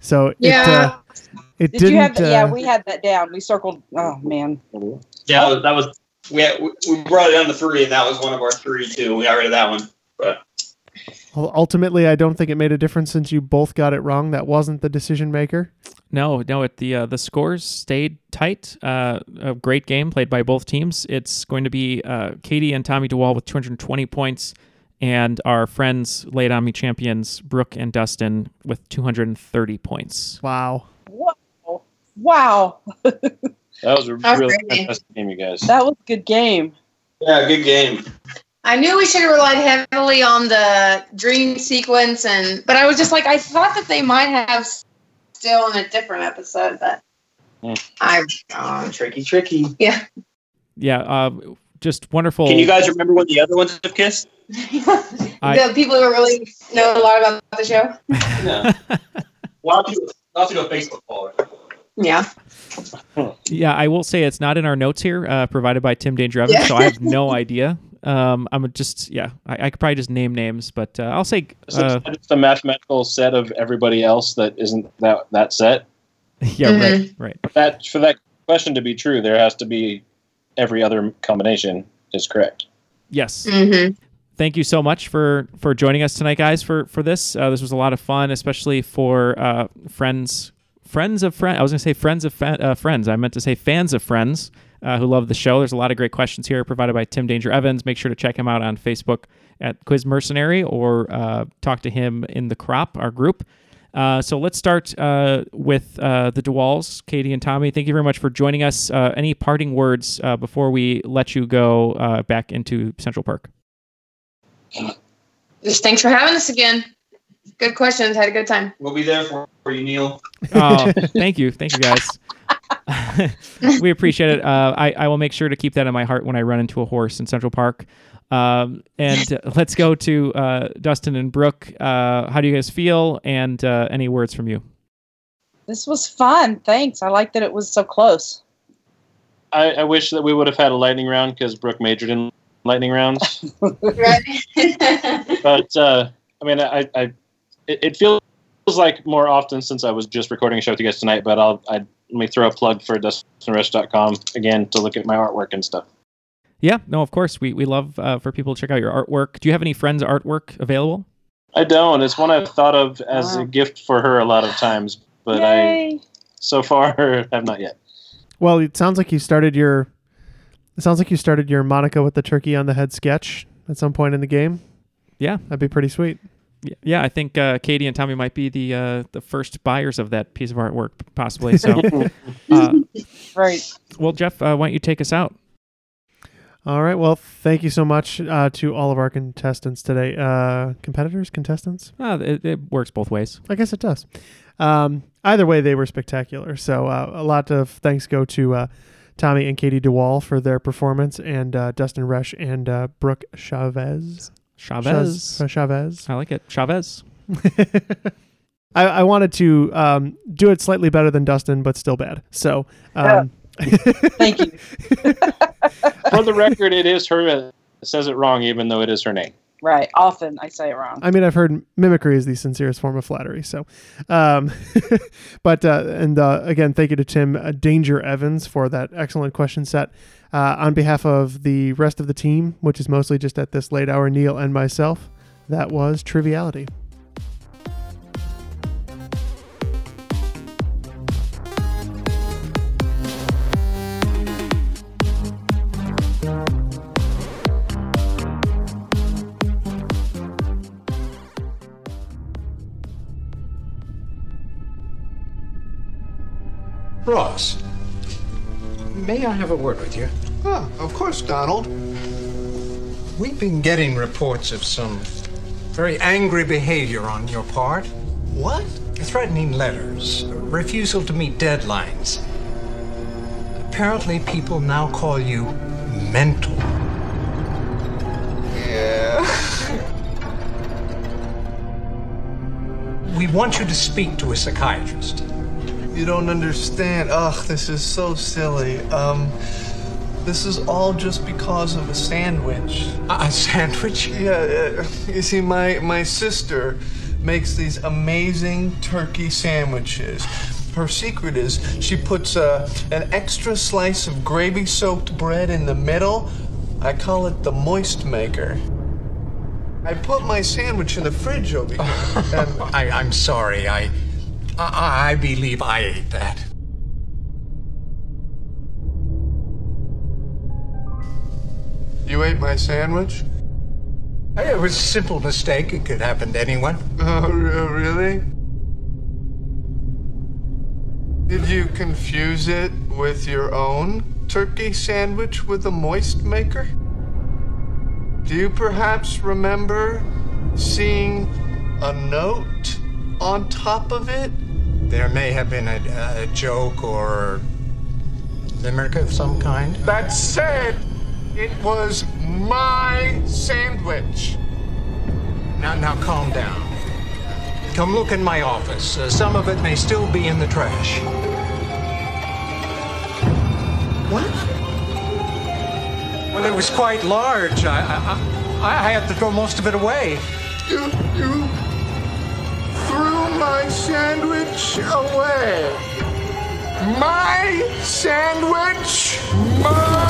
I: So it
M: Yeah.
I: uh, it
M: Did
I: didn't.
M: you have?
I: uh,
M: yeah, we had that down. We circled. Oh man.
J: Yeah, that was, that was we, had, we we brought it down to three, and that was one of our three too. We got rid of that one. But
I: well, ultimately, I don't think it made a difference since you both got it wrong. That wasn't the decision maker.
H: No, no. It, the uh, the scores stayed tight. Uh, a great game played by both teams. It's going to be uh, Katie and Tommy DeWall with 220 points, and our friends Late On Me champions Brooke and Dustin with 230 points.
I: Wow.
M: Whoa. Wow.
L: That was a
K: That was
L: really
K: great game.
L: fantastic game, you guys.
M: That was a good game.
L: Yeah, good game.
K: I knew we should have relied heavily on the Uh, dream sequence, and but I was just like, I thought that they might have still in a different episode, but I'm wrong.
J: tricky, tricky.
K: Yeah.
H: Yeah, uh, just wonderful.
J: Can you guys remember when the other ones have kissed?
H: I-
K: the people who really know a lot about the show.
J: No. well, I'll do, I'll do a Facebook poll.
K: Yeah.
H: Yeah, I will say it's not in our notes here, uh, provided by Tim Dandrevin,
K: Yeah.
H: so I have no idea. Um, I'm just yeah, I, I could probably just name names, but uh, I'll say
L: It's
H: uh,
L: just, a mathematical set of everybody else that isn't that that set.
H: yeah,
J: Mm-hmm.
H: right, right.
L: For that for that question to be true, there has to be every other combination is correct.
H: Yes. Thank you so much for for joining us tonight, guys. For for this, uh, this was a lot of fun, especially for uh, friends, friends of friends. I was gonna say friends of fa- uh, friends. I meant to say fans of friends. uh, who love the show. There's a lot of great questions here provided by Tim Danger Evans. Make sure to check him out on Facebook at Quiz Mercenary or uh, talk to him in the Crop, our group. Uh, so let's start uh, with uh, the DeWalls, Katie and Tommy. Thank you very much for joining us. Uh, any parting words uh, before we let you go uh, back into Central Park?
K: Just thanks for having us again. Good questions. Had a good time.
J: We'll be there for you, Neil.
H: Oh, thank you, thank you guys. we appreciate it. Uh, I I will make sure to keep that in my heart when I run into a horse in Central Park. Um, and uh, let's go to uh, Dustin and Brooke. Uh, how do you guys feel? And uh, any words from you?
M: This was fun. Thanks. I like that it was so close.
L: I, I wish that we would have had a lightning round because Brooke majored in lightning rounds. but uh, I mean, I, I it, it feels like more often since I was just recording a show with you guys tonight. But I'll I, let me throw a plug for DustinRush.com again to look at my artwork and stuff.
H: Yeah, no, of course. We we love uh, for people to check out your artwork. Do you have any friends' artwork available?
L: I don't. It's one I've thought of as a gift for her a lot of times, but I so far have not yet.
I: Well, it sounds like you started your. It sounds like you started your Monica with the turkey on the head sketch at some point in the game.
H: Yeah,
I: that'd be pretty sweet.
H: Yeah, yeah I think uh, Katie and Tommy might be the uh, the first buyers of that piece of artwork, possibly. So, uh,
M: right.
H: Well, Jeff, uh, why don't you take us out?
I: All right. Well, thank you so much uh, to all of our contestants today. Uh, competitors, contestants.
H: Uh, it, it works both ways.
I: I guess it does. Um, either way, they were spectacular. So uh, a lot of thanks go to uh, Tommy and Katie DeWall for their performance, and uh, Dustin Resch and uh, Brooke Chavez.
H: Chavez.
I: Chaz- Chavez.
H: I like it. Chavez.
I: I, I wanted to um, do it slightly better than Dustin, but still bad. So. Um,
M: Thank you.
L: For the record, it is her that says it wrong, even though it is her name.
M: Right. Often I say it wrong.
I: I mean, I've heard mimicry is the sincerest form of flattery. So, um, but uh, and uh, again, thank you to Tim uh, Danger Evans for that excellent question set. Uh, on behalf of the rest of the team, which is mostly just at this late hour, Neil and myself, that was triviality.
Q: Ross, may I have a word with you?
R: Ah, of course, Donald.
Q: We've been getting reports of some very angry behavior on your part.
R: What?
Q: Threatening letters, refusal to meet deadlines. Apparently, people now call you mental.
R: Yeah.
Q: We want you to speak to a psychiatrist.
R: You don't understand. Ugh, this is so silly. Um, this is all just because of a sandwich.
Q: A, a sandwich?
R: Yeah. Uh, you see, my my sister makes these amazing turkey sandwiches. Her secret is she puts uh, an extra slice of gravy-soaked bread in the middle. I call it the moist maker. I put my sandwich in the fridge over here. and
Q: I, I'm sorry, I, I, I believe I ate that.
R: you ate my sandwich?
Q: It was a simple mistake. It could happen to anyone.
R: Oh, re- really? Did you confuse it with your own turkey sandwich with a moist maker? Do you perhaps remember seeing a note on top of it?
Q: There may have been a, a joke or limerick of some kind.
R: That said, it was my sandwich.
Q: Now, now calm down. Come look in my office. Uh, some of it may still be in the trash.
R: What?
Q: Well, it was quite large. I, I, I I had to throw most of it away.
R: You, you threw my sandwich away. My sandwich? My.